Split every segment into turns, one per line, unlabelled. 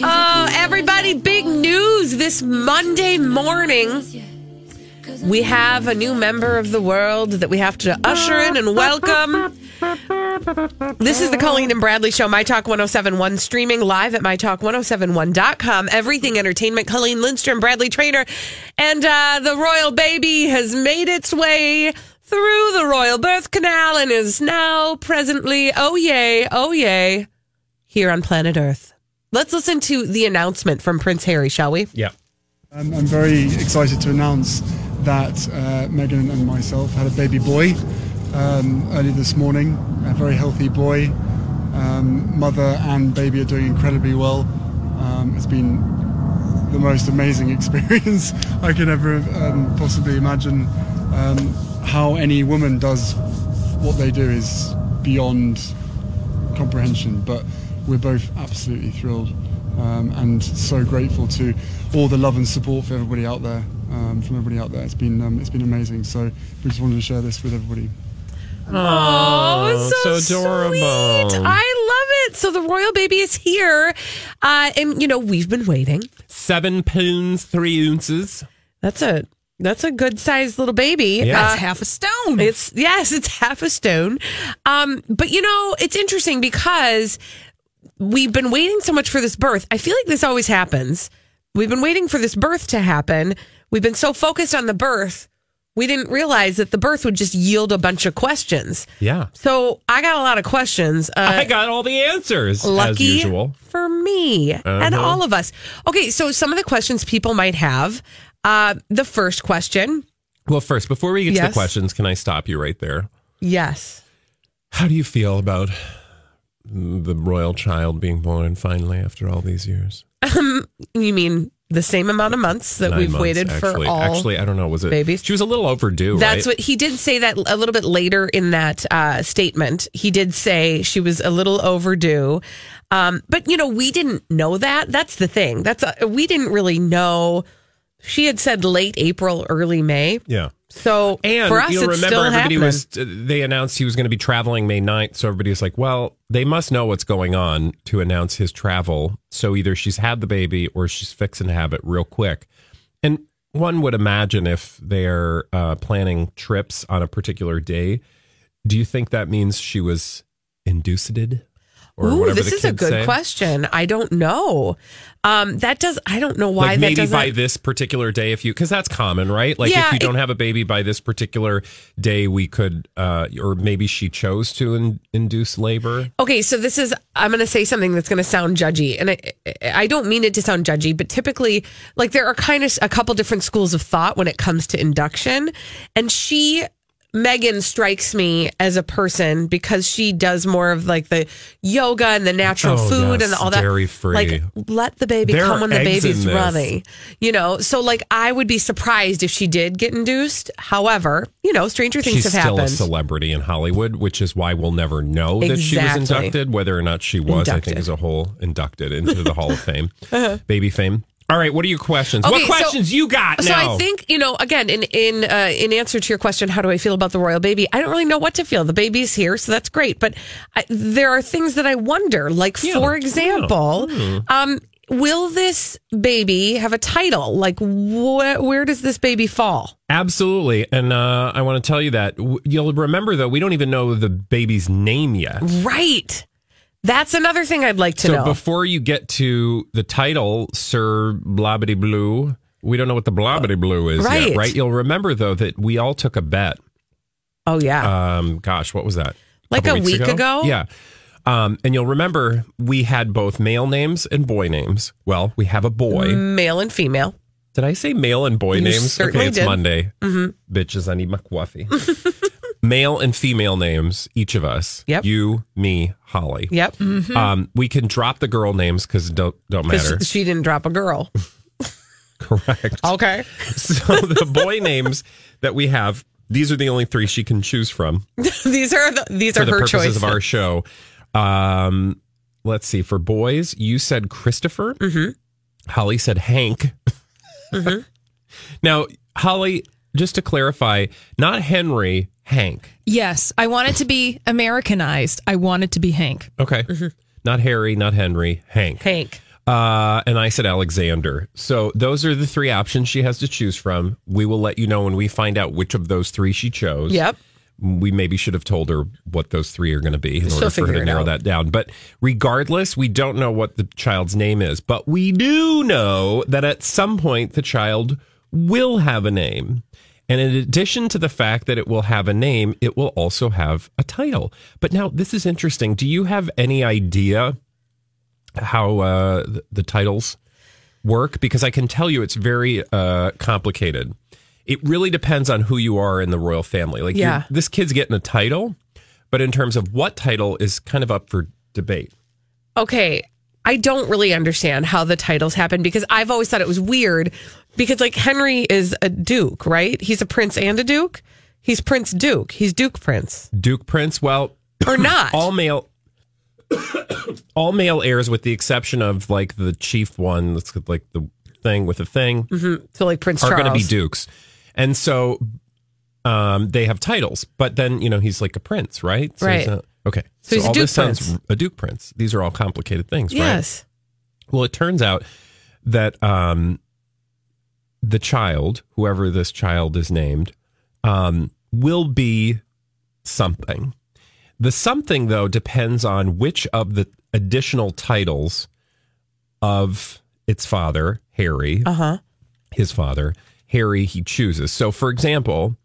Oh, everybody, big news this Monday morning. We have a new member of the world that we have to usher in and welcome. This is the Colleen and Bradley Show, My Talk 1071, streaming live at MyTalk1071.com. Everything Entertainment, Colleen Lindstrom, Bradley Trainer, and uh, the royal baby has made its way through the royal birth canal and is now presently, oh yay, oh yay, here on planet Earth. Let's listen to the announcement from Prince Harry, shall we?
Yeah.
I'm, I'm very excited to announce that uh, Megan and myself had a baby boy um, early this morning, a very healthy boy. Um, mother and baby are doing incredibly well. Um, it's been the most amazing experience I could ever um, possibly imagine. Um, how any woman does what they do is beyond comprehension, but we're both absolutely thrilled um, and so grateful to all the love and support for everybody out there. Um, from everybody out there, it's been um, it's been amazing. So we just wanted to share this with everybody.
Oh, so,
so adorable.
Sweet. I love it. So the royal baby is here. Uh, and you know, we've been waiting.
Seven pounds, three ounces.
That's a that's a good sized little baby.
Yeah.
Uh,
half a stone.
it's yes, it's half a stone. Um, but you know, it's interesting because we've been waiting so much for this birth. I feel like this always happens. We've been waiting for this birth to happen. We've been so focused on the birth, we didn't realize that the birth would just yield a bunch of questions.
Yeah.
So I got a lot of questions. Uh,
I got all the answers as
lucky
usual. Uh-huh.
for me and all of us. Okay, so some of the questions people might have. Uh, the first question,
Well, first, before we get to
Yes.
the questions, can I stop you right there?
yes.
How do you feel about the royal child being born finally after all these years?
You mean the same amount of months that
Nine
we've
months,
waited
actually.
for all?
Actually, I don't know. Was it
babies.
She was a little overdue.
That's
right?
what he did say that a little bit later in that uh, statement. He did say she was a little overdue. Um, but, you know, we didn't know that. That's the thing. That's uh, We didn't really know. She had said late April, early May.
Yeah.
So
And
for us,
you'll
it's
remember
still
everybody
happening.
was uh, they announced he was going to be traveling May 9th, so everybody was like, Well, they must know what's going on to announce his travel. So either she's had the baby or she's fixing to have it real quick. And one would imagine if they're uh, planning trips on a particular day, do you think that means she was induced? Or
Ooh,
whatever
this
the
is a
kids
good
say?
question. I don't know. Um, that does. I don't know why
like
that
maybe
doesn't.
by this particular day if you because that's common right like
Yeah,
if you don't
it-
have a baby by this particular day we could uh or maybe she chose to in, induce labor
Okay, so this is I'm going to say something that's going to sound judgy, and I I don't mean it to sound judgy, but typically, like there are kind of a couple different schools of thought when it comes to induction, and she. Megan strikes me as a person because she does more of like the yoga and the natural
Oh,
food
yes,
and all that.
dairy-free.
Like let the baby
There
come
are
when the
eggs in
baby's
this.
running. You know, so like I would be surprised if she did get induced. However, you know, stranger things have
she's still a
happened.
celebrity in hollywood which is why we'll never know that she was
Exactly.
inducted whether or not she was
Inducted.
i
Uh-huh.
think as a whole inducted into the hall of fame baby fame all right what are your questions
Okay,
what
so-
questions you got
So
now
I think you know. Again, in in uh, in answer to your question, how do I feel about the royal baby? I don't really know what to feel. The baby's here, so that's great. But I, there are things that I wonder. Like,
Yeah, Hmm.
for example, um, will this baby have a title? Like, wh- where does this baby fall?
absolutely and uh i want to tell you that W- you'll remember though we don't even know the baby's name yet
Right. That's another thing I'd like to
so
know.
before you get to the title, Sir Blobbity Blue, we don't know what the Blobbity Blue is
Right.
yet, right? You'll remember though that we all took a bet.
oh yeah.
Um, gosh, what was that?
Like
couple
a
weeks
week ago?
Yeah. Um, and you'll remember we had both male names and boy names. Well, we have a boy.
Male and female.
Did I say male and boy
Mm. You
names?
certainly
okay, it's
did. Mm-hmm.
Monday. Bitches, I need my coffee. male and female names, each of us.
Yep. Mm-hmm.
You, me, Holly.
Yep.
Um, we can drop the girl names because don't don't matter.
'Cause she didn't drop a girl.
Correct.
Okay.
so the boy names that we have, these are the only three she can choose from
these are the, these
for
are
the
her
purposes
choices.
of our show. Um, let's see. For boys, you said Christopher.
Mm-hmm.
Holly said Hank. now, Holly, just to clarify, not Henry, Hank.
Yes, I want it to be Americanized. I want it to be Hank.
Okay. Not Harry, not Henry, Hank.
Mm-hmm. Hank.
Uh, and I said Alexander. So those are the three options she has to choose from. We will let you know when we find out which of those three she chose.
Yep.
We maybe should have told her what those three are going to be in order for her
figure
to
it
narrow
out.
that down. But regardless, we don't know what the child's name is, but we do know that at some point the child will have a name. And in addition to the fact that it will have a name, it will also have a title. But now this is interesting. Do you have any idea how uh, th- the titles work because I can tell you it's very uh, complicated. It really depends on who you are in the royal family. Like, you're-
Yeah.
this kid's getting a title, but in terms of what title is kind of up for debate.
okay, I don't really understand how the titles happen because I've always thought it was weird because like Henry is a duke, right? He's a prince and a duke. He's Prince Duke. He's Duke Prince
Duke Prince, well,
or not.
all male, all male heirs, with the exception of like the chief one. That's like the thing with the thing.
so like Prince
are
Charles.
going to be dukes, and so um, they have titles. But then you know he's like a prince, right? So he's
Right.
not- okay.
So he's a
all
duke
this
prince.
sounds a duke prince. These are all complicated things, right?
Yes.
Well, it turns out that um, the child, whoever this child is named, um, will be something. The something, though, depends on which of the additional titles of its father, Harry,
Uh huh.
his father, Harry, he chooses. So, for example,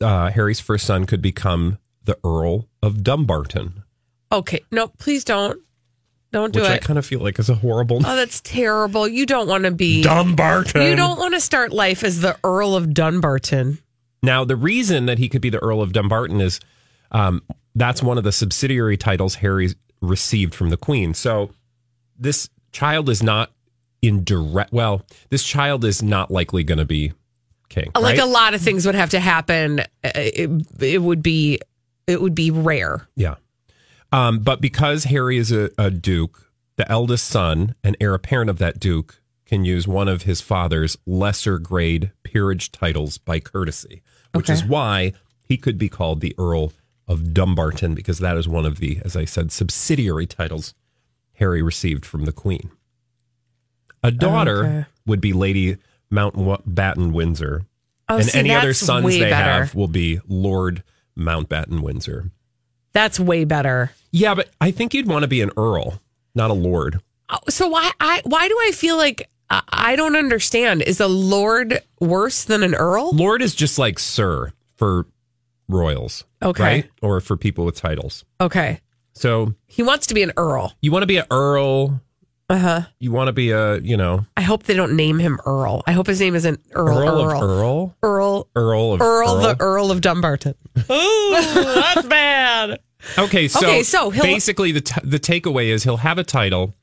uh, Harry's first son could become the Earl of Dumbarton,
Okay. No, please don't. Don't do
which I
it.
kind of feel like is a horrible
oh, that's terrible. You don't want to be.
Dumbarton.
You don't want to start life as the Earl of Dunbarton.
Now, the reason that he could be the Earl of Dumbarton is um, that's one of the subsidiary titles Harry received from the Queen. So this child is not in direct. Well, this child is not likely going to be king.
Oh, Like
right?
a lot of things would have to happen. Uh, It, it would be. It would be rare.
Yeah. Um, but because Harry is a, a duke, the eldest son and heir apparent of that duke can use one of his father's lesser grade peerage titles by courtesy, which
Okay.
is why he could be called the Earl of Dumbarton, because that is one of the, as I said, subsidiary titles Harry received from the Queen. A daughter
Okay.
would be Lady Mountbatten Windsor,
Oh,
and
see,
any other
that's
sons
way
they
better.
have will be Lord Mountbatten Windsor.
That's way better.
Yeah, but I think you'd want to be an earl, not a lord.
Oh, so why I why do I feel like I, I don't understand? Is a lord worse than an earl?
Lord is just like sir for royals,
Okay.
right? Or for people with titles.
Okay,
So
he wants to be an earl.
you want to be an earl.
Uh huh.
You want to be a you know
I hope they don't name him Earl. I hope his name isn't Earl.
earl,
Earl.
of earl,
Earl.
earl of
Earl, the Earl of Dumbarton. Ooh, that's bad.
Okay, so,
Okay, so he'll-
basically the t- the takeaway is he'll have a title,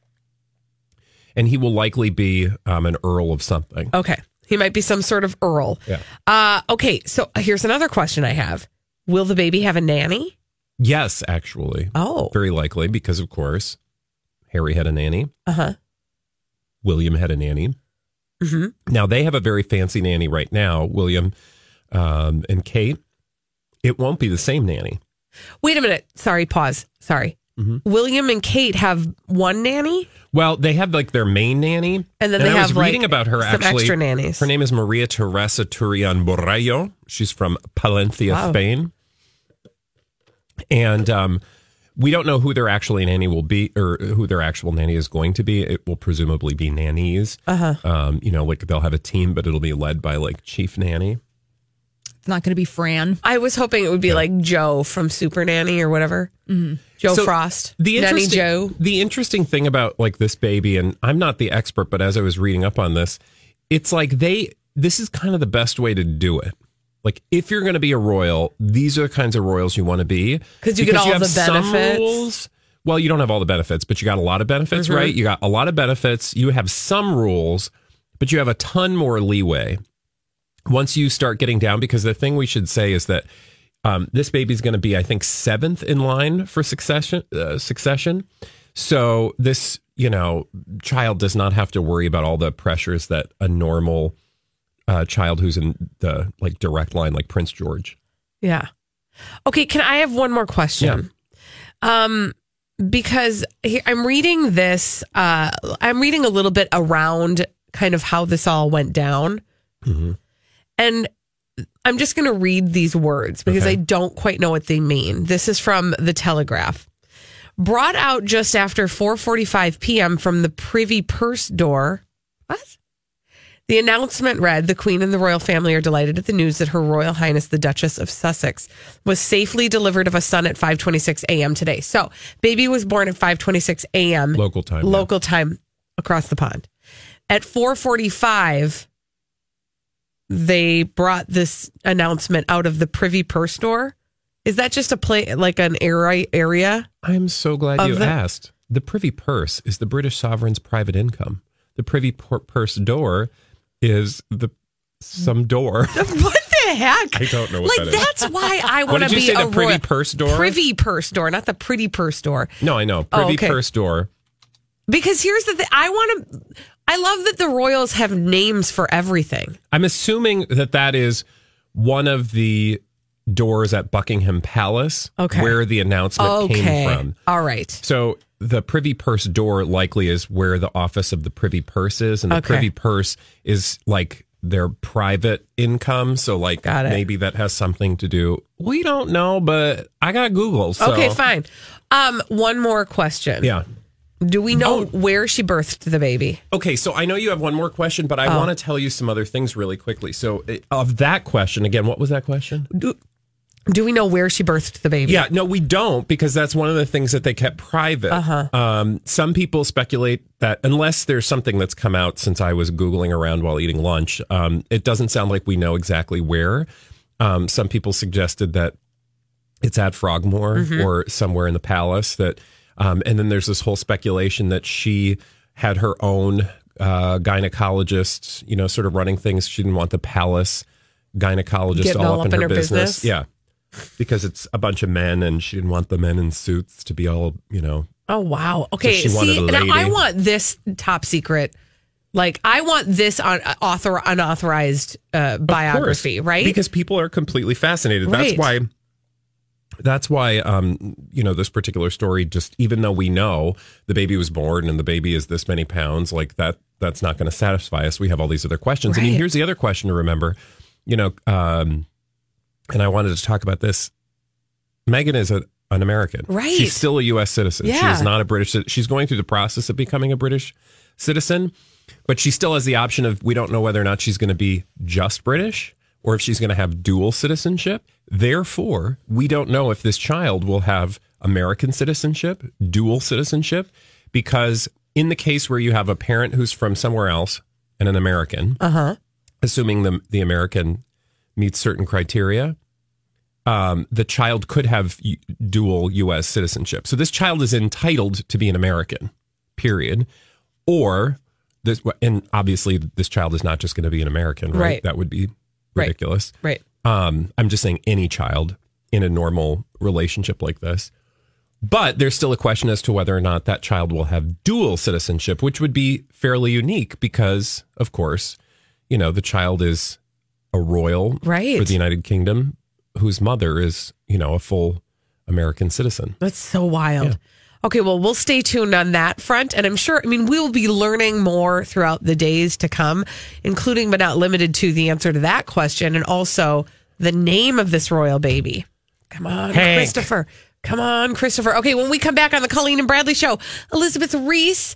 and he will likely be um, an earl of something.
Okay, he might be some sort of Earl.
Yeah.
Uh, okay, so here's another question I have: Will the baby have a nanny?
Yes, actually,
Oh,
very likely because of course Harry had a nanny.
uh huh.
William had a nanny.
hmm
Now they have a very fancy nanny right now, William um, and Kate. It won't be the same nanny.
Wait a minute. Sorry. Pause. Sorry.
Mm-hmm.
William and Kate have one nanny.
Well, they have like their main nanny,
And then they
I
have
was
like
reading about her
some
actually.
extra nannies.
Her name is Maria Teresa Turian Borrello. She's from Palencia,
Wow.
Spain, and um, we don't know who their actual nanny will be or who their actual nanny is going to be. It will presumably be nannies. Uh-huh. Um, you know, like they'll have a team, but it'll be led by like chief nanny.
It's not going to be Fran.
I was hoping it would be like Joe from Super Nanny or whatever. Joe
So,
Frost.
The
Nanny
interesting,
Joe.
The interesting thing about like this baby, and I'm not the expert, but as I was reading up on this, it's like they this is kind of the best way to do it. Like if you're going to be a royal, these are the kinds of royals you want to be
'Cause you get all the
some
benefits.
rules. Well, you don't have all the benefits, but you got a lot of benefits, right? You got a lot of benefits. You have some rules, but you have a ton more leeway once you start getting down, because the thing we should say is that um, this baby's going to be, I think, seventh in line for succession. Uh, succession. So this, you know, child does not have to worry about all the pressures that a normal uh, child who's in the like direct line, like Prince George.
Yeah. Okay, can I have one more question? Um because he- I'm reading this uh I'm reading a little bit around kind of how this all went down. And I'm just going to read these words because
Okay.
I don't quite know what they mean. This is from the Telegraph. Brought out just after 4:45 p.m. from the privy purse door. What? The announcement read The Queen and the royal family are delighted at the news that Her Royal Highness the Duchess of Sussex was safely delivered of a son at 5:26 a.m. today. So, baby was born at 5:26 a.m.
Local time, yeah.
Local time across the pond. At 4:45 they brought this announcement out of the privy purse door. Is that just a play like an area area?
I'm so glad
Of
you
the-
asked. The privy purse is the British sovereign's private income. The privy por- purse door is the some door.
What the heck?
I don't know what
like
that is.
that's why I want to
did you
be
say,
a
the privy
royal-
purse door?
Privy purse door, not the pretty purse door.
no, I know.
Oh,
Privy
okay.
purse door.
Because here's the thing: I want to. I love that the royals have names for everything.
I'm assuming that that is one of the doors at Buckingham Palace
Okay.
where the announcement
Okay.
came from.
All right.
So the privy purse door likely is where the office of the privy purse is, and the
Okay.
privy purse is like their private income. So like
Got it.
maybe that has something to do. We don't know, but I got Google. So.
Okay, fine. Um, one more question.
Yeah. Oh.
Do we know where she birthed the baby?
Okay, so I know you have one more question, but I
Oh.
want to tell you some other things really quickly. So, uh, of that question, again, what was that question?
Do we know where she birthed the baby?
Yeah, no, we don't because that's one of the things that they kept private. Um, some people speculate that unless there's something that's come out since I was googling around while eating lunch, um, it doesn't sound like we know exactly where. Um, some people suggested that it's at Frogmore or somewhere in the palace that um, and then there's this whole speculation that she had her own uh, gynecologist, you know, sort of running things. She didn't want the palace gynecologist
Getting
all up, in, her, business. Yeah. Because it's a bunch of men and she didn't want the men in suits to be all, you know,
Oh wow. Okay.
she wanted
See,
a
now I
lady.
want this top secret. Like I want this on uh, author unauthorized uh, biography,
course,
right?
Because people are completely fascinated.
Right.
That's why. That's why, um, you know, this particular story. Just even though we know the baby was born and the baby is this many pounds, like that, that's not going to satisfy us. We have all these other questions, and
Right.
here's the other question to remember. You know, um, and I wanted to talk about this. Megan is a, an American,
Right.
She's still a U.S. citizen. She
Yeah.
is not a British. cit- She's going through the process of becoming a British citizen but she still has the option of we don't know whether or not she's going to be just British or if she's going to have dual citizenship. Therefore, we don't know if this child will have American citizenship, dual citizenship, because in the case where you have a parent who's from somewhere else and an American, assuming the the American meets certain criteria, um, the child could have u- dual U.S. citizenship. So this child is entitled to be an American, period. Or this, and obviously this child is not just going to be an American, right?
Right.
That would be
Right.
ridiculous.
right.
Um, I'm just saying any child in a normal relationship like this. But there's still a question as to whether or not that child will have dual citizenship, which would be fairly unique because, of course, you know, the child is a royal
Right.
for the United Kingdom whose mother is, you know, a full American citizen.
That's so wild. Okay, well, we'll stay tuned on that front. And I'm sure, I mean, we'll be learning more throughout the days to come, including but not limited to the answer to that question and also the name of this royal baby. Come on,
Hank.
Christopher. Come on, Christopher. Okay, when we come back on the Colleen and Bradley show, Elizabeth Reese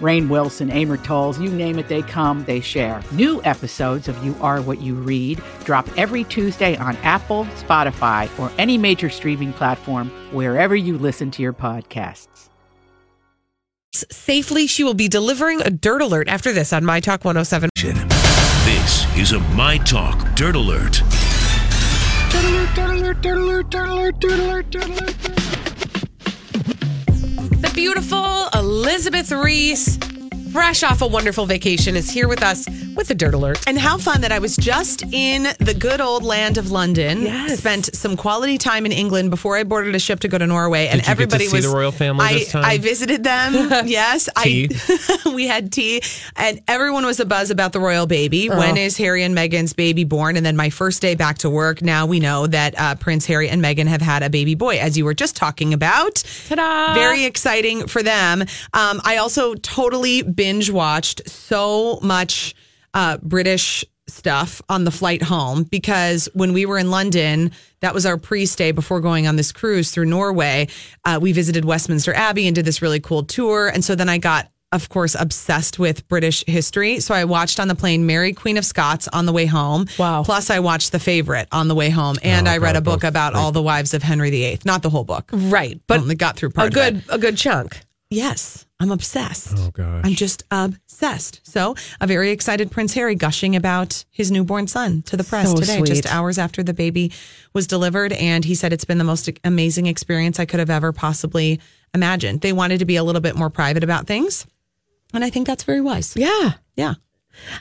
Rain Wilson, Amor Tolls, you name it, they come, they share. New episodes of You Are What You Read drop every Tuesday on Apple, Spotify, or any major streaming platform wherever you listen to your podcasts.
Safely, she will be delivering a dirt alert after this on My Talk 107.
This is a My Talk Dirt Alert.
The beautiful Elizabeth Reese, fresh off a wonderful vacation, is here with us with a dirt alert.
And how fun that I was just in the good old land of London.
Yes.
Spent some quality time in England before I boarded a ship to go to Norway. and
Did you get to
everybody
see
was
the royal family
I,
this time?
I visited them. yes.
Tea?
I we had tea and everyone was abuzz about the royal baby. When is Harry and Meghan's baby born? And then my first day back to work, now we know that uh, Prince Harry and Meghan have had a baby boy, as you were just talking about.
Ta-da!
Very exciting for them. Um, I also totally binge watched so much uh, British stuff on the flight home because when we were in London, that was our pre stay before going on this cruise through Norway. Uh, we visited Westminster Abbey and did this really cool tour. And so then I got of course, obsessed with British history. So I watched on the plane Mary, Queen of Scots on the way home.
Wow. Oh,
Plus, I watched The Favorite on the way home. And I read a book about all the wives of Henry VIII. Not the whole book.
Right, but
Only got through part
a
of
good
it.
a good chunk.
Yes, I'm obsessed.
Oh, gosh.
I'm just obsessed. So, a very excited Prince Harry gushing about his newborn son to the press
So
today,
sweet.
just hours after the baby was delivered. And he said it's been the most amazing experience I could have ever possibly imagined. They wanted to be a little bit more private about things. And I think that's very wise.
Yeah.
Yeah.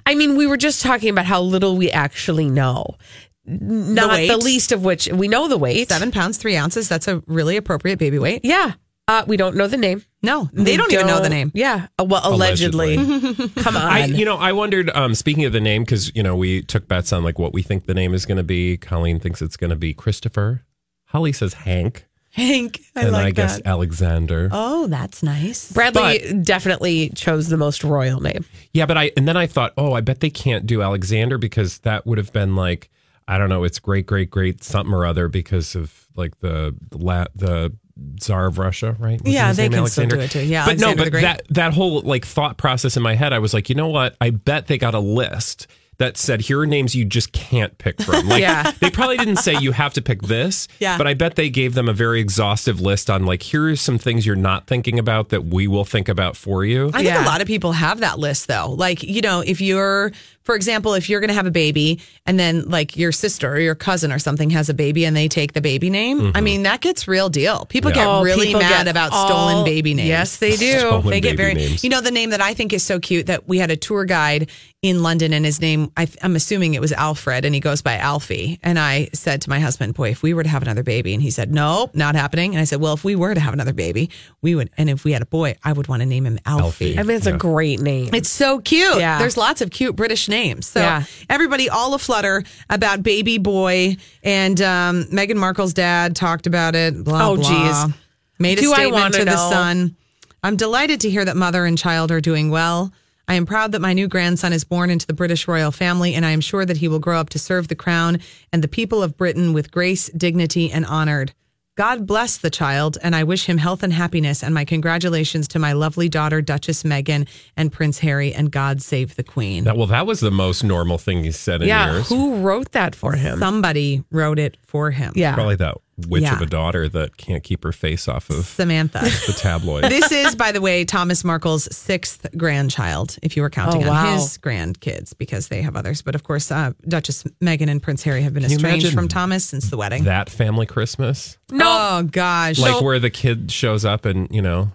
I mean, we were just talking about how little we actually know. Not the,
weight.
least of which we know the weight.
Seven pounds, three ounces. That's a really appropriate baby weight.
Yeah. Uh, we don't know the name.
No, they
We
don't, even know the name.
Yeah. Uh, well, allegedly. Come on.
I, you know, I wondered. Um, speaking of the name, because you know we took bets on like what we think the name is going to be. Colleen thinks it's going to be Christopher. Holly says Hank,
Hank. I
and
like
I
that.
guess Alexander.
oh, that's nice.
Bradley definitely chose the most royal name.
Yeah, but I and then I thought, oh, I bet they can't do Alexander because that would have been like I don't know, it's great, great, great something or other because of like the the la- the Tsar of Russia, right? Was
Yeah,
his
they
name
can still do it too. Yeah,
but
Alexander
no,
the
but
Great.
that that whole like thought process in my head, I was like, you know what? I bet they got a list that said here are names you just can't pick from. Like
Yeah.
they probably didn't say you have to pick this.
Yeah.
But I bet they gave them a very exhaustive list on like here are some things you're not thinking about that we will think about for you.
I think a
Yeah.
lot of people have that list though. Like, you know, if you're, for example, if you're going to have a baby and then like your sister or your cousin or something has a baby and they take the baby name,
Mm-hmm.
I mean, that gets real deal. People get
Oh,
really
people
mad
get
about
all-
stolen baby names.
Yes, they do.
Stolen
they get
baby
very,
names.
you know, the name that I think is so cute that we had a tour guide in London and his name, I, I'm assuming it was Alfred and he goes by Alfie. And I said to my husband, boy, if we were to have another baby and he said, nope, not happening. And I said, well, if we were to have another baby, we would, and if we had a boy, I would want to name him Alfie.
Alfie.
I mean, it's a great name.
It's so cute.
Yeah.
There's lots of cute British names. So
Yeah.
everybody all aflutter about baby boy and um, Meghan Markle's dad talked about it. Blah,
Oh,
blah.
geez.
Made a
Do I
statement
wanna
to
know?
the son. I'm delighted to hear that mother and child are doing well. I am proud that my new grandson is born into the British royal family, and I am sure that he will grow up to serve the crown and the people of Britain with grace, dignity, and honored. God bless the child, and I wish him health and happiness, and my congratulations to my lovely daughter, Duchess Meghan, and Prince Harry, and God save the Queen.
That, well, that was the most normal thing he said in
yeah.
years.
Who wrote that for him?
Somebody wrote it for him.
yeah.
Probably that witch
Yeah.
of a daughter that can't keep her face off of
Samantha.
the tabloid.
this is, by the way, Thomas Markle's sixth grandchild, if you were counting
Oh,
on
wow.
his grandkids, because they have others. But of course, uh, Duchess Meghan and Prince Harry have been
Can you
estranged
imagine
from Thomas since the wedding.
that family Christmas,
no. Oh, gosh.
like
So-
where the kid shows up and you know,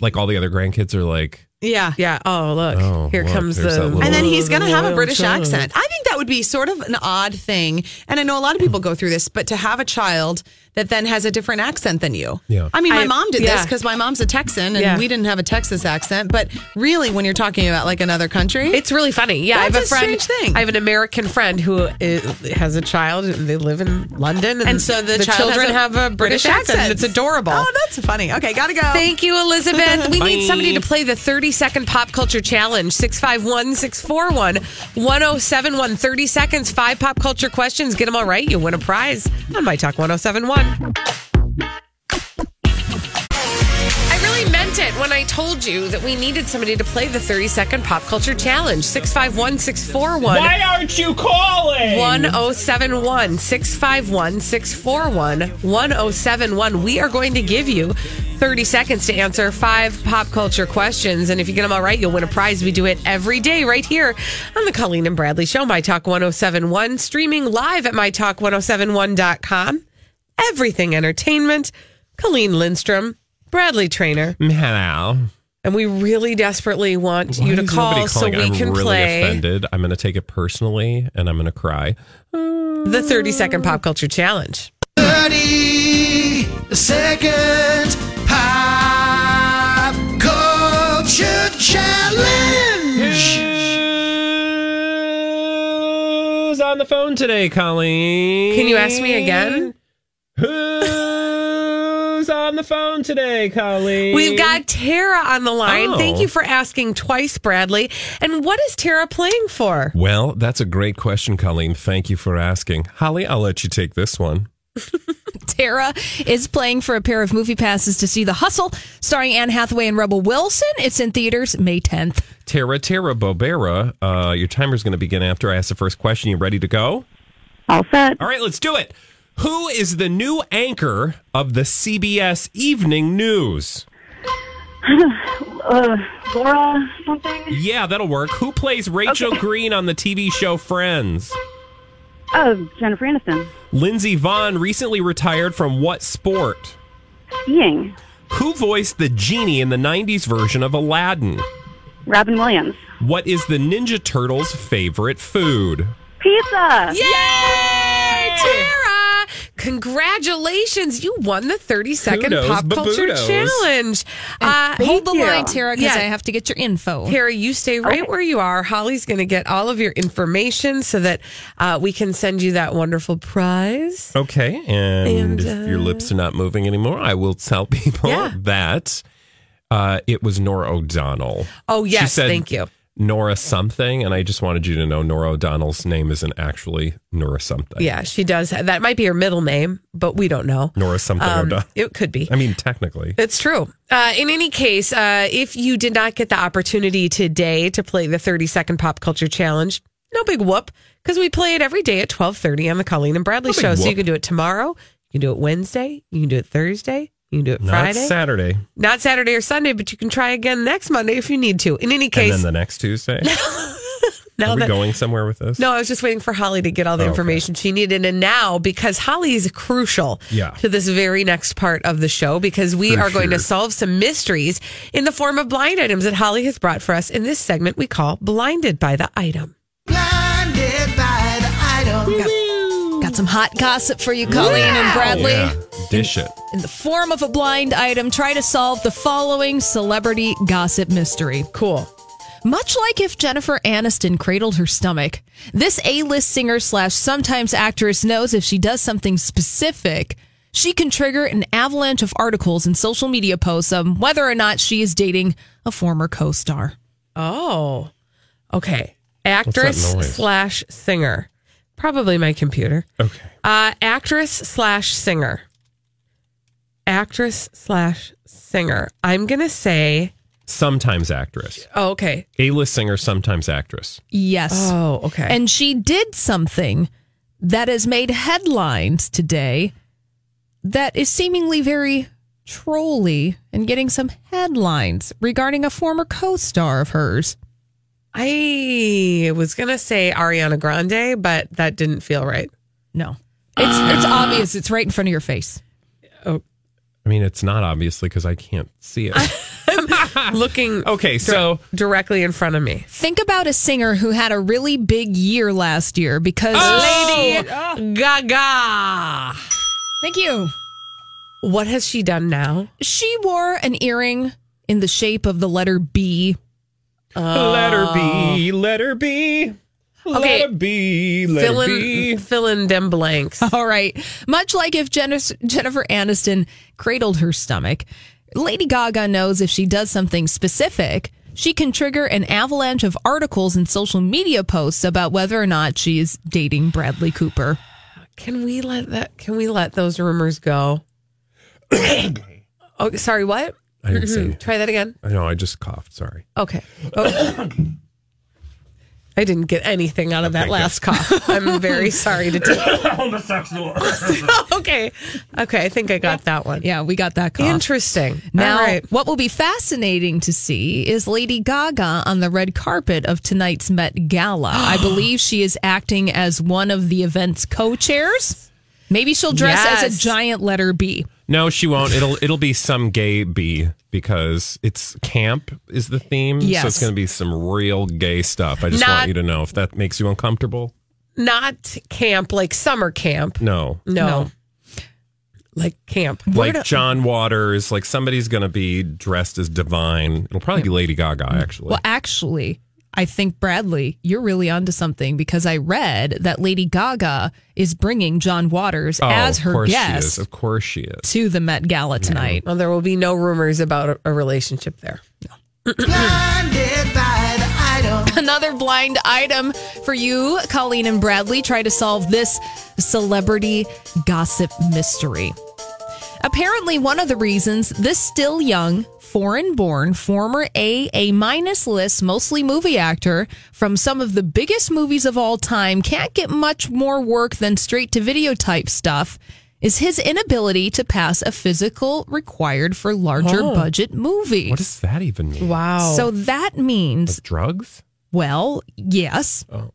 like all the other grandkids are like,
yeah.
Yeah. Oh, look.
Oh,
Here
look,
comes
there's
the.
that little-
And then he's going to have a
royal
British
child.
accent. I think that would be sort of an odd thing. And I know a lot of people go through this, but to have a child that then has a different accent than you.
Yeah.
I mean, my
I-
mom did this
yeah.
because my mom's a Texan and
Yeah.
we didn't have a Texas accent. But really, when you're talking about like another country,
It's really funny. Yeah, I have a
That's a
friend.
strange thing.
I have an American friend who is, has a child. and They live in London, and,
and so the, child
children
has
have a British, accent. It's adorable.
Oh, that's funny. Okay, gotta go.
Thank you, Elizabeth. We need somebody to play the 30 second pop culture challenge 651 641 1071. 30 seconds, five pop culture questions. Get them all right. You win a prize on My Talk 1071. I really meant it when I told you that we needed somebody to play the 30 second pop culture challenge 651 641. Why aren't you calling? 1071 651 641 1071. We are going to give you 30 seconds to answer five pop culture questions. And if you get them all right, you'll win a prize. We do it every day right here on the Colleen and Bradley Show, My Talk 1071, streaming live at MyTalk1071.com. Everything Entertainment, Colleen Lindstrom, Bradley Trainer.
hello.
And we really desperately want
Why
you to
is nobody
call so
calling?
we
I'm
can
really
play
offended. I'm going to take it personally, and I'm going to cry.
the 30 second pop culture challenge.
30 seconds pop culture challenge.
Who's on the phone today, Colleen?
Can you ask me again?
Who's on the phone today, Colleen?
We've got Tara on the line.
Oh.
Thank you for asking twice, Bradley. And what is Tara playing for?
Well, that's a great question, Colleen. Thank you for asking. Holly, I'll let you take this one.
Tara is playing for a pair of movie passes to see The Hustle, starring Anne Hathaway and Rebel Wilson. It's in theaters May 10th.
Tara, Tara Bobera, uh, your timer's going to begin after I ask the first question. You ready to go?
All set.
All right, let's do it. Who is the new anchor of the CBS Evening News?
Uh, Laura something?
Yeah, that'll work. Who plays Rachel Green on the TV show Friends?
Oh, Jennifer Aniston.
Lindsey Vaughn recently retired from what sport?
Ying.
Who voiced the genie in the 90s version of Aladdin?
Robin Williams.
What is the Ninja Turtles' favorite food?
Pizza.
Yay! Tara! Congratulations. You won the 30 second
Kudos,
pop culture
babudos.
challenge. Uh,
Hold the
you.
line, Tara, because
Yeah.
I have to get your info.
Tara, you stay right where you are. Holly's going to get all of your information so that uh, we can send you that wonderful prize.
Okay,
And,
and,
uh,
if your lips are not moving anymore, I will tell people
Yeah.
that uh, it was Nora O'Donnell.
Oh,
She
yes.
said-
thank you.
Nora something, and I just wanted you to know Nora O'Donnell's name isn't actually Nora something.
Yeah, she does. That might be her middle name, but we don't know.
Nora something
Um,
O'Donnell.
it could be.
I mean, technically.
It's true. Uh, in any case, uh, if you did not get the opportunity today to play the 30 second pop culture challenge, no big whoop because we play it every day at 12:30 on the Colleen and Bradley
No big
show. So you
whoop.
can do it tomorrow, you can do it Wednesday, you can do it Thursday, you can do it
Not
Friday,
Saturday.
not Saturday or Sunday, but you can try again next Monday if you need to. In any
And
case,
then the next Tuesday.
now
Are we
that
going somewhere with this?
no, I was just waiting for Holly to get all the
Oh, okay.
information she needed. And now, because Holly is crucial
Yeah.
to this very next part of the show, because we
For
are going to
sure.
solve some mysteries in the form of blind items that Holly has brought for us in this segment we call Blinded by the Item.
Blinded by the item.
Got some hot gossip for you, Colleen and Bradley.
Yeah. Dish it.
In the form of a blind item, try to solve the following celebrity gossip mystery. Cool. Much like if Jennifer Aniston cradled her stomach, this A-list singer slash sometimes actress knows if she does something specific, she can trigger an avalanche of articles and social media posts on whether or not she is dating a former co-star.
Oh, okay.
noise?
Actress slash singer. Probably my computer.
Okay.
Uh, actress slash singer. Actress slash singer. I'm going to say,
Sometimes actress.
oh, okay.
A list singer, sometimes actress.
Yes.
Oh, okay.
And she did something that has made headlines today that is seemingly very trolly and getting some headlines regarding a former co star of hers.
I was going to say Ariana Grande, but that didn't feel right.
No. It's, it's obvious. It's right in front of your face.
I mean, it's not obviously because I can't see it.
Looking
Okay, so
directly in front of me.
Think about a singer who had a really big year last year because.
Lady Gaga.
Thank you.
Ah! What has she done now?
She wore an earring in the shape of the letter B.
let her be, let her be,
Oh. Okay.
let her be, let
Fill
her
in,
be.
fill in them blanks.
All right. Much like if Jennifer, Jennifer Aniston cradled her stomach, Lady Gaga knows if she does something specific, she can trigger an avalanche of articles and social media posts about whether or not she is dating Bradley Cooper.
Can we let that? Can we let those rumors go? oh, sorry. What?
I didn't say.
Try that again.
I know. I just coughed. Sorry.
Okay. Oh. I didn't get anything out of that
Okay,
last cough. I'm very sorry to tell. okay. Okay. I think I got that one.
Yeah, we got that cough.
Interesting.
Now,
All right.
what will be fascinating to see is Lady Gaga on the red carpet of tonight's Met Gala. I believe she is acting as one of the event's co-chairs. Maybe she'll dress as
Yes.
a giant letter B.
No, she won't. It'll it'll be some gay bee because it's camp is the theme.
Yes.
So it's going to be some real gay stuff. I just
Not-
want you to know if that makes you uncomfortable.
Not camp, like summer camp.
No.
No. Like camp.
Like John Waters, like somebody's going to be dressed as divine. It'll probably be Lady Gaga,
Mm.
actually.
Well, actually, I think Bradley, you're really onto something because I read that Lady Gaga is bringing John Waters
Oh,
as
of
her
course she is.
guest
Of course she is.
to the Met Gala tonight.
Well, there will be no rumors about a, a relationship there.
Another blind item for you, Colleen and Bradley, try to solve this celebrity gossip mystery. Apparently, one of the reasons this still young, foreign born, former AA minus list, mostly movie actor from some of the biggest movies of all time can't get much more work than straight to video type stuff is his inability to pass a physical required for larger budget movies.
What does that even mean?
Wow.
so that means
Like drugs?
well, yes.
Oh.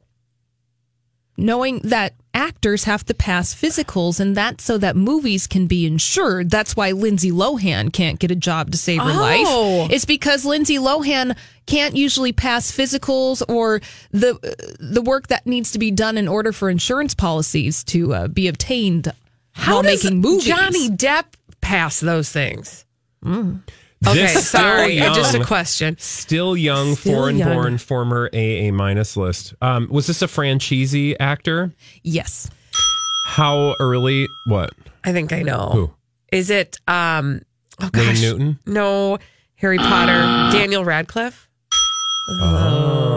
Knowing that actors have to pass physicals and that's so that movies can be insured. That's why Lindsay Lohan can't get a job to save her
Oh.
life. It's because Lindsay Lohan can't usually pass physicals or the the work that needs to be done in order for insurance policies to uh, be obtained
How
while
does
making movies.
Johnny Depp pass those things? Okay,
This still
sorry.
young-
Just a question.
Still young,
Still
foreign
young.
born, former AA minus list. Um, was this a franchise actor?
Yes.
How early? What?
I think I know.
Who?
Is it um oh
Wayne
gosh.
Newton?
No, Harry Potter, Daniel Radcliffe?
Oh.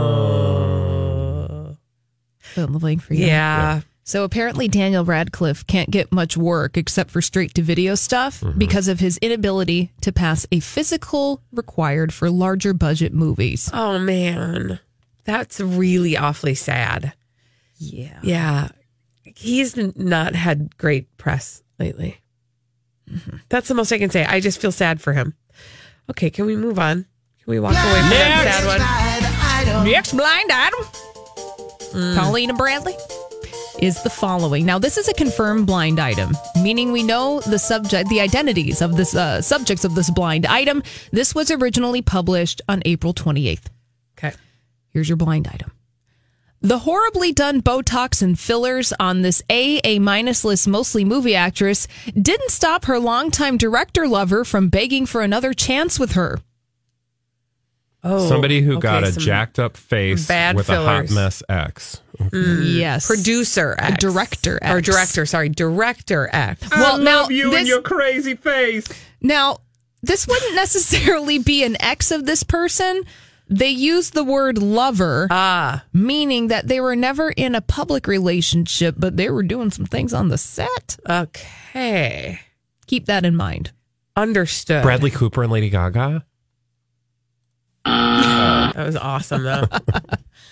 I'm living for you.
Oh. Yeah.
So apparently, Daniel Radcliffe can't get much work except for straight to video stuff
Mm-hmm.
because of his inability to pass a physical required for larger budget movies.
Oh man. That's really awfully sad.
Yeah.
Yeah. He's n- not had great press lately. That's the most I can say. I just feel sad for him. Okay, can we move on? Can we walk away from that sad one?
Next blind item Colleen and Bradley Mm. is the following. Now, this is a confirmed blind item, meaning we know the subject, the identities of this uh, subjects of this blind item. This was originally published on April 28th.
Okay.
Here's your blind item. The horribly done Botox and fillers on this A, A minus list mostly movie actress didn't stop her longtime director lover from begging for another chance with her.
Oh,
Somebody who got
okay,
a
some
jacked up face
bad
with a hot
fillers.
mess X.
Yes.
producer X.
director
Or
X.
director, sorry, director X.
Well, now this-
crazy face.
Now, this wouldn't necessarily be an ex of this person. They used the word lover, ah. meaning that they were never in a public relationship, but they were doing some things on the set.
Okay.
Keep that in mind.
Understood.
Bradley Cooper and Lady Gaga.
That was awesome, though.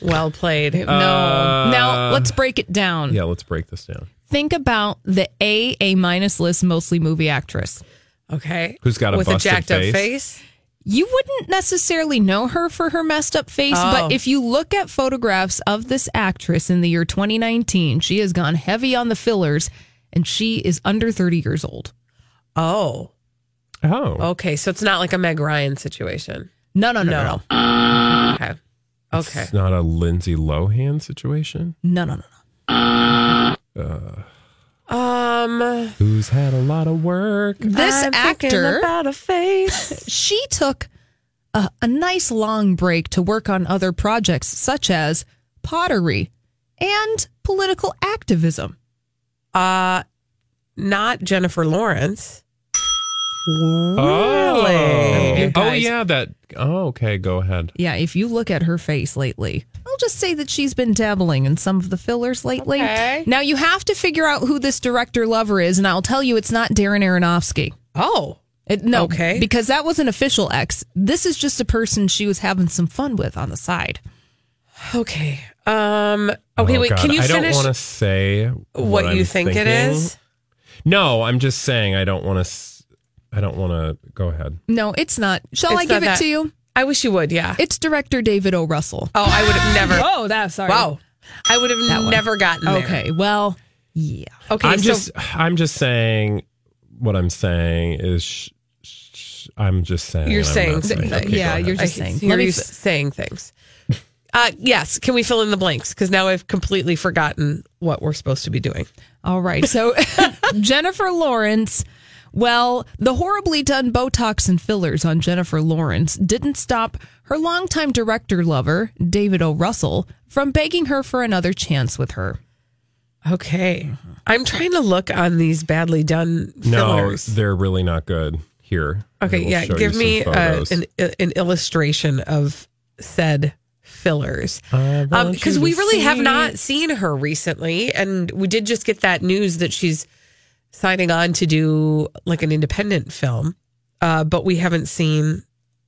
well played. Uh,
No. now, let's break it down.
Um,
Yeah, let's break this down.
Think about the A A minus list, mostly movie actress.
Okay.
Who's got a
With
busted
a jacked
face?
up face?
You wouldn't necessarily know her for her messed up face,
Oh.
but if you look at photographs of this actress in the year 2019, she has gone heavy on the fillers and she is under 30 years old.
Oh.
Oh.
Okay. So it's not like a Meg Ryan situation.
No, no, no, no, no,
No. Okay. Okay.
It's not a Lindsay Lohan situation.
no, no, no.
Um.
Who's had a lot of work?
This
I'm thinking
actor,
about a face.
she took a, a nice long break to work on other projects such as pottery and political activism.
Uh, not Jennifer Lawrence.
Oh.
Really?
Oh
guys-
yeah, that. Oh okay, go ahead.
Yeah, if you look at her face lately, I'll just say that she's been dabbling in some of the fillers lately.
Okay.
Now you have to figure out who this director lover is, and I'll tell you it's not Darren Aronofsky.
Oh.
It, no,
Okay.
because that was an official ex. This is just a person she was having some fun with on the side.
Okay. Um. Okay.
Oh,
wait.
God,
Can you
I
finish
don't want to say what,
what, you
I'm
think it
thinking.
is?
No, I'm just saying I don't want to. I don't want to. Go ahead.
No, it's not. Shall
It's
I give
not
it
that.
to you?
I wish you would. Yeah.
It's director David O. Russell.
Oh, I would have never.
Oh, that's sorry.
Wow. I would have
one.
never gotten there.
Okay. Well, yeah.
Okay.
I'm
so,
just. I'm just saying. What I'm saying is. Sh- sh- I'm just saying.
You're
I'm
saying
not
something.
Okay, go
Yeah,
ahead.
you're
I
just saying.
hear
Let me
you
fi-
saying things. Uh, yes. Can we fill in the blanks? Because now I've completely forgotten what we're supposed to be doing.
All right. So Jennifer Lawrence. Well, the horribly done Botox and fillers on Jennifer Lawrence didn't stop her longtime director lover, David O. Russell, from begging her for another chance with her.
Okay. I'm trying to look on these badly done
No,
fillers.
they're really not good here. I
okay.
will
Yeah.
show you
Give
some
me uh,
photos.
an an illustration of said fillers.
I want you
because
to
we really have
see
not seen her recently, and we did just get that news that she's signing on to do like an independent film, uh, but we haven't seen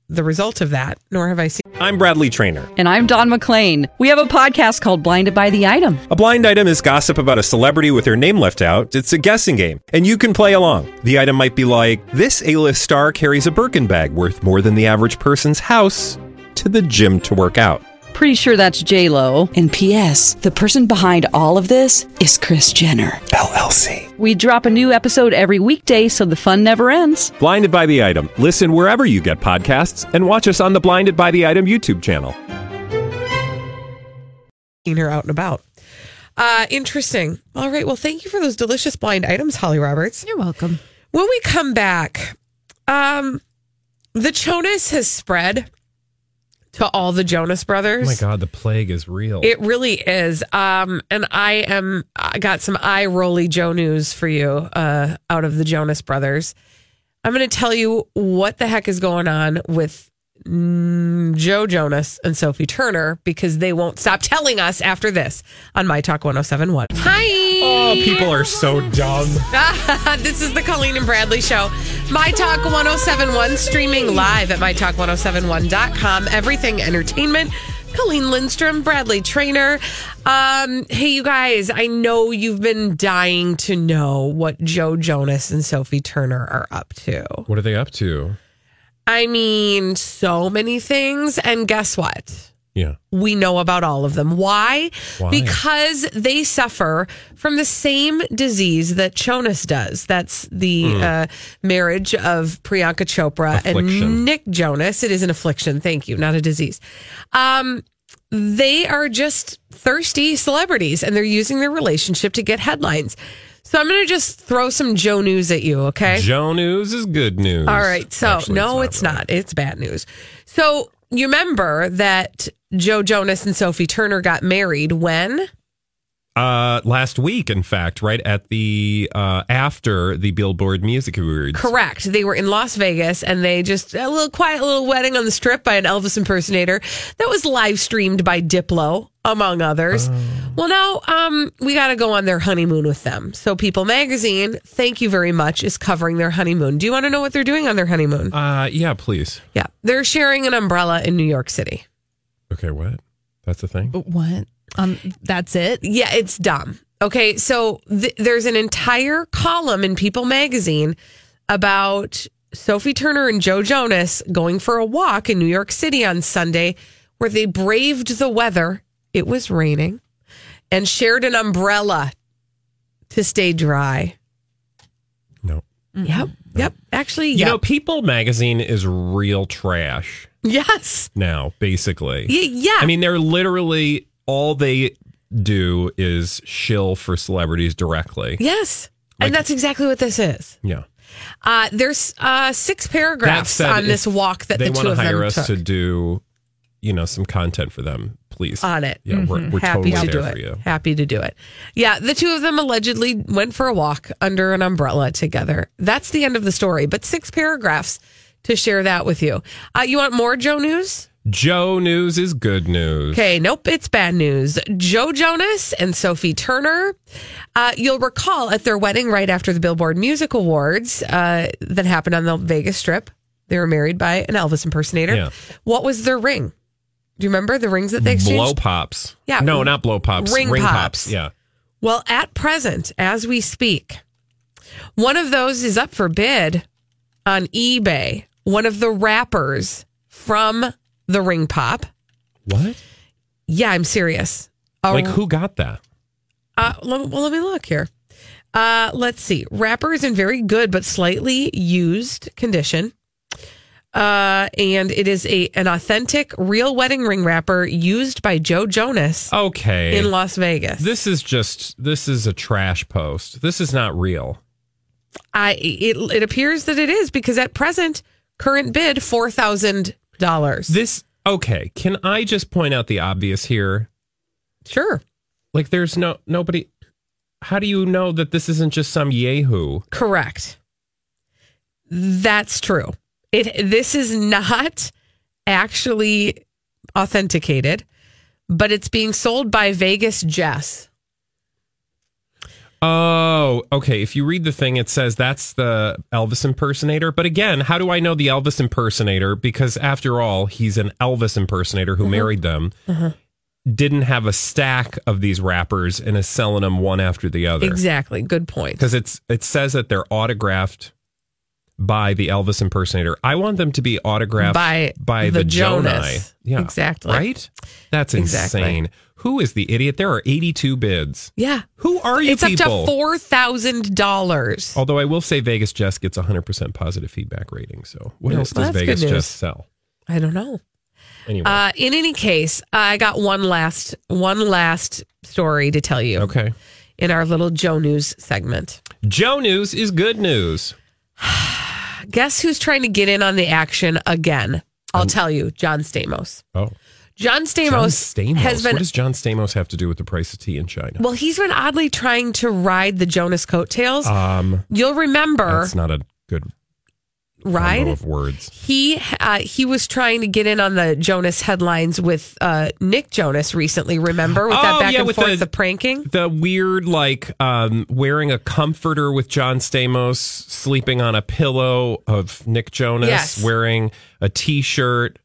the result of that, nor have I seen.
I'm Bradley Trainer.
And I'm Don McClain. We have a podcast called Blinded by the Item.
A blind item is gossip about a celebrity with their name left out. It's a guessing game, and you can play along. The item might be like this: A-list star carries a Birkin bag worth more than the average person's house to the gym to work out.
Pretty sure that's J Lo.
And P.S. The person behind all of this is Chris Jenner.
LLC.
We drop a new episode every weekday, so the fun never ends.
Blinded by the item. Listen wherever you get podcasts, and watch us on the Blinded by the Item YouTube channel.
seen her out and about. Uh, interesting. All right. Well, thank you for those delicious blind items, Holly Roberts.
You're welcome.
When we come back, um, the Jonas has spread to all the Jonas
Oh
brothers.
my God, the plague is real.
It really is. Um, and I am I got some eye rolly Joe news for you uh, out of the Jonas Brothers. I'm going to tell you what the heck is going on with mm, Joe Jonas and Sophie Turner because they won't stop telling us after this on My Talk 1071.
oh,
Hi.
people are so dumb.
Ah, this is the Colleen and Bradley Show. My Talk 1071, streaming live at mytalk1071.com. Everything entertainment. Colleen Lindstrom, Bradley Trainer. Um, hey, you guys, I know you've been dying to know what Joe Jonas and Sophie Turner are up to.
What are they up to?
I mean, so many things. And guess what?
Yeah.
we know about all of them. Why?
Why?
Because they suffer from the same disease that Jonas does. That's the
Hmm.
uh, marriage of Priyanka Chopra
Affliction.
and Nick Jonas. It is an affliction. Thank you, not a disease. Um, they are just thirsty celebrities and they're using their relationship to get headlines. So I'm going to just throw some Joe news at you, okay?
Joe news is good news.
All right. So,
Actually,
no, it's not. It's bad news. So, you remember that Joe Jonas and Sophie Turner got married when?
Uh, last week, in fact, right at the uh, after the Billboard Music Awards.
Correct. They were in Las Vegas and they just a little quiet little wedding on the strip by an Elvis impersonator that was live streamed by Diplo, among others. Well, now um, we got to go on their honeymoon with them. So, People Magazine, thank you very much, is covering their honeymoon. Do you want to know what they're doing on their honeymoon?
Uh, yeah, please.
yeah. They're sharing an umbrella in New York City. Oh.
Okay, what? That's the thing.
What? Um, that's it.
Yeah, it's dumb. Okay, so th- there's an entire column in People magazine about Sophie Turner and Joe Jonas going for a walk in New York City on Sunday where they braved the weather. It was raining and shared an umbrella to stay dry.
No.
Yep. Yep. Actually,
You
yep.
know, People magazine is real trash
yes.
now, basically.
Y- yeah.
I mean, they're literally all they do is shill for celebrities directly.
Yes. and that's exactly what this is.
Yeah.
Uh, there's uh, six
That
paragraphs
said,
on this
if
walk that
they
the two
wanna
of
hire
them
us
took
to do, you know, some content for them, please.
on it.
Yeah, we're,
Mhm.
we're
happy
totally
to do
there
it.
for you.
Happy to do it. Yeah, the two of them allegedly went for a walk under an umbrella together. That's the end of the story, but six paragraphs to share that with you. Uh, you want more Joe news?
Joe news is good news.
Okay, nope, it's bad news. Joe Jonas and Sophie Turner. Uh, you'll recall at their wedding right after the Billboard Music Awards uh, that happened on the Vegas Strip, they were married by an Elvis impersonator.
Yeah.
What was their ring? Do you remember the rings that they exchanged?
Blow pops.
Yeah.
No, not blow pops.
Ring
pops.
pops.
Yeah.
Well, at present, as we speak, one of those is up for bid on eBay. One of the wrappers from the Ring Pop.
What?
Yeah, I'm serious. A-
Like, who got that?
Uh, let- well, let me look here. Uh, let's see. Wrapper is in very good but slightly used condition. Uh, and it is a an authentic, real wedding ring wrapper used by Joe Jonas
Okay.
in Las Vegas.
This is just, this is a trash post. This is not real.
I it it appears that it is because at present current bid four thousand dollars.
This, okay. Can I just point out the obvious here?
Sure.
Like, there's no, nobody, how do you know that this isn't just some yahoo?
Correct. That's true. It this is not actually authenticated, but it's being sold by Vegas Jess.
Oh, okay. If you read the thing, it says that's the Elvis impersonator. But again, how do I know the Elvis impersonator? Because after all, he's an Elvis impersonator
Mm-hmm.
who married them, didn't have a stack of these rappers and is selling them one after the other.
Exactly. Good point.
Because it's it says that they're autographed by the Elvis impersonator. I want them to be autographed
By
by
the
the, Jonas.
Jonas. Exactly.
Right? That's
Exactly.
insane. Who is the idiot? There are 82 bids.
Yeah.
Who are you
It's
people? Oh.
up to four thousand dollars.
Although I will say Vegas Jess gets 100% positive feedback rating. So what
Yeah,
else
well,
does
that's
Vegas
good news.
Jess sell?
I don't know.
Anyway.
Uh, in any case, I got one last one last story to tell you.
Okay.
In our little Joe News segment.
Joe news is good news.
Guess who's trying to get in on the action again? I'll tell you, John Stamos.
Um, Oh.
John Stamos,
John Stamos.
has been
what does John Stamos have to do with the price of tea in China?
well, he's been oddly trying to ride the Jonas coattails.
um,
You'll remember,
that's not a good combo
right?
of words.
He uh, he was trying to get in on the Jonas headlines with uh, Nick Jonas recently. Remember with that
Oh,
back
yeah,
and
with
forth,
the-
the pranking.
The weird, like um, wearing a comforter with John Stamos, sleeping on a pillow of Nick Jonas,
Yes.
wearing a t shirt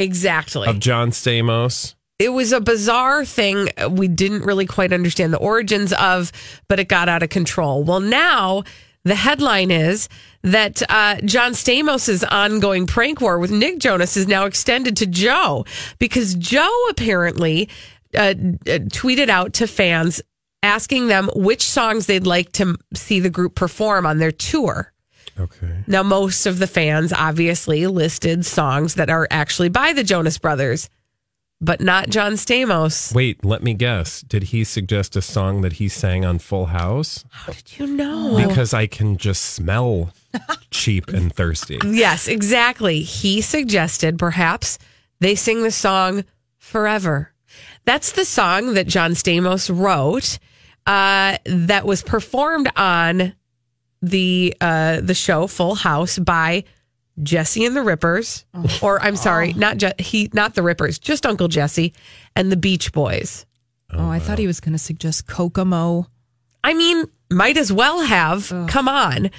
Exactly.
of John Stamos.
it was a bizarre thing we didn't really quite understand the origins of, but it got out of control. Well, now the headline is that uh, John Stamos' ongoing prank war with Nick Jonas is now extended to Joe because Joe apparently uh, d- uh, tweeted out to fans asking them which songs they'd like to m- see the group perform on their tour.
Okay.
Now, most of the fans obviously listed songs that are actually by the Jonas Brothers, but not John Stamos.
Wait, let me guess. Did he suggest a song that he sang on Full House?
You know.
Because I can just smell cheap and thirsty.
yes, exactly. He suggested perhaps they sing the song Forever. That's the song that John Stamos wrote uh, that was performed on the uh, the show Full House by Jesse and the Rippers, or I'm sorry, not Je- he, not the Rippers, just Uncle Jesse and the Beach Boys.
Oh, I thought he was going to suggest Kokomo.
I mean, might as well have. Come on.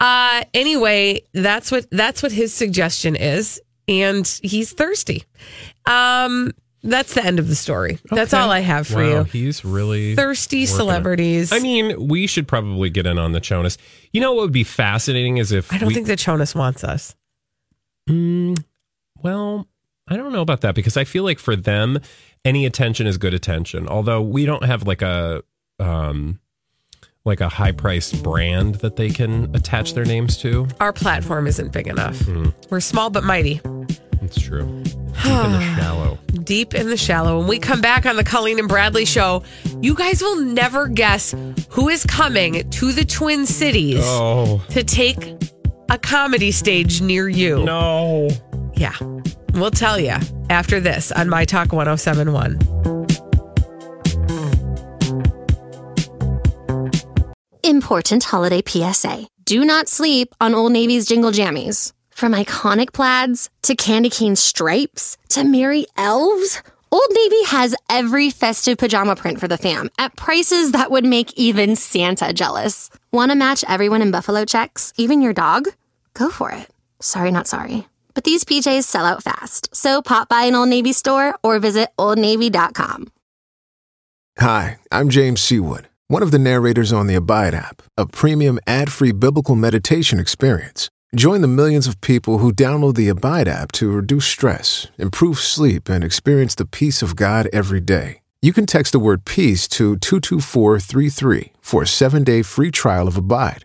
Uh, anyway, that's what that's what his suggestion is, and he's thirsty. Um, That's the end of the story. That's all I have for you.
Wow, He's really
Thirsty
working it.
celebrities.
I mean, we should probably get in on the Jonas. You know what would be fascinating is if
I don't
we-
think that Jonas wants us.
Mm, well, I don't know about that because I feel like for them, any attention is good attention. Although we don't have like a um, like a high priced brand that they can attach their names to.
Our platform isn't big enough.
Mm,
We're small but mighty,
it's true. Deep in the shallow.
deep in the shallow. When we come back on the Colleen and Bradley show, you guys will never guess who is coming to the Twin Cities
Oh.
to take a comedy stage near you.
No.
Yeah. We'll tell you after this on My Talk 1071.
Important holiday PSA. Do not sleep on Old Navy's jingle jammies. From iconic plaids to candy cane stripes to merry elves, Old Navy has every festive pajama print for the fam at prices that would make even Santa jealous. Want to match everyone in buffalo checks, even your dog? Go for it. Sorry, not sorry. But these PJs sell out fast, so pop by an Old Navy store or visit oldnavy.com.
Hi, I'm James Seawood, one of the narrators on the Abide app, a premium ad free biblical meditation experience. Join the millions of people who download the Abide app to reduce stress, improve sleep, and experience the peace of God every day. You can text the word peace to 22433 for a seven day free trial of Abide.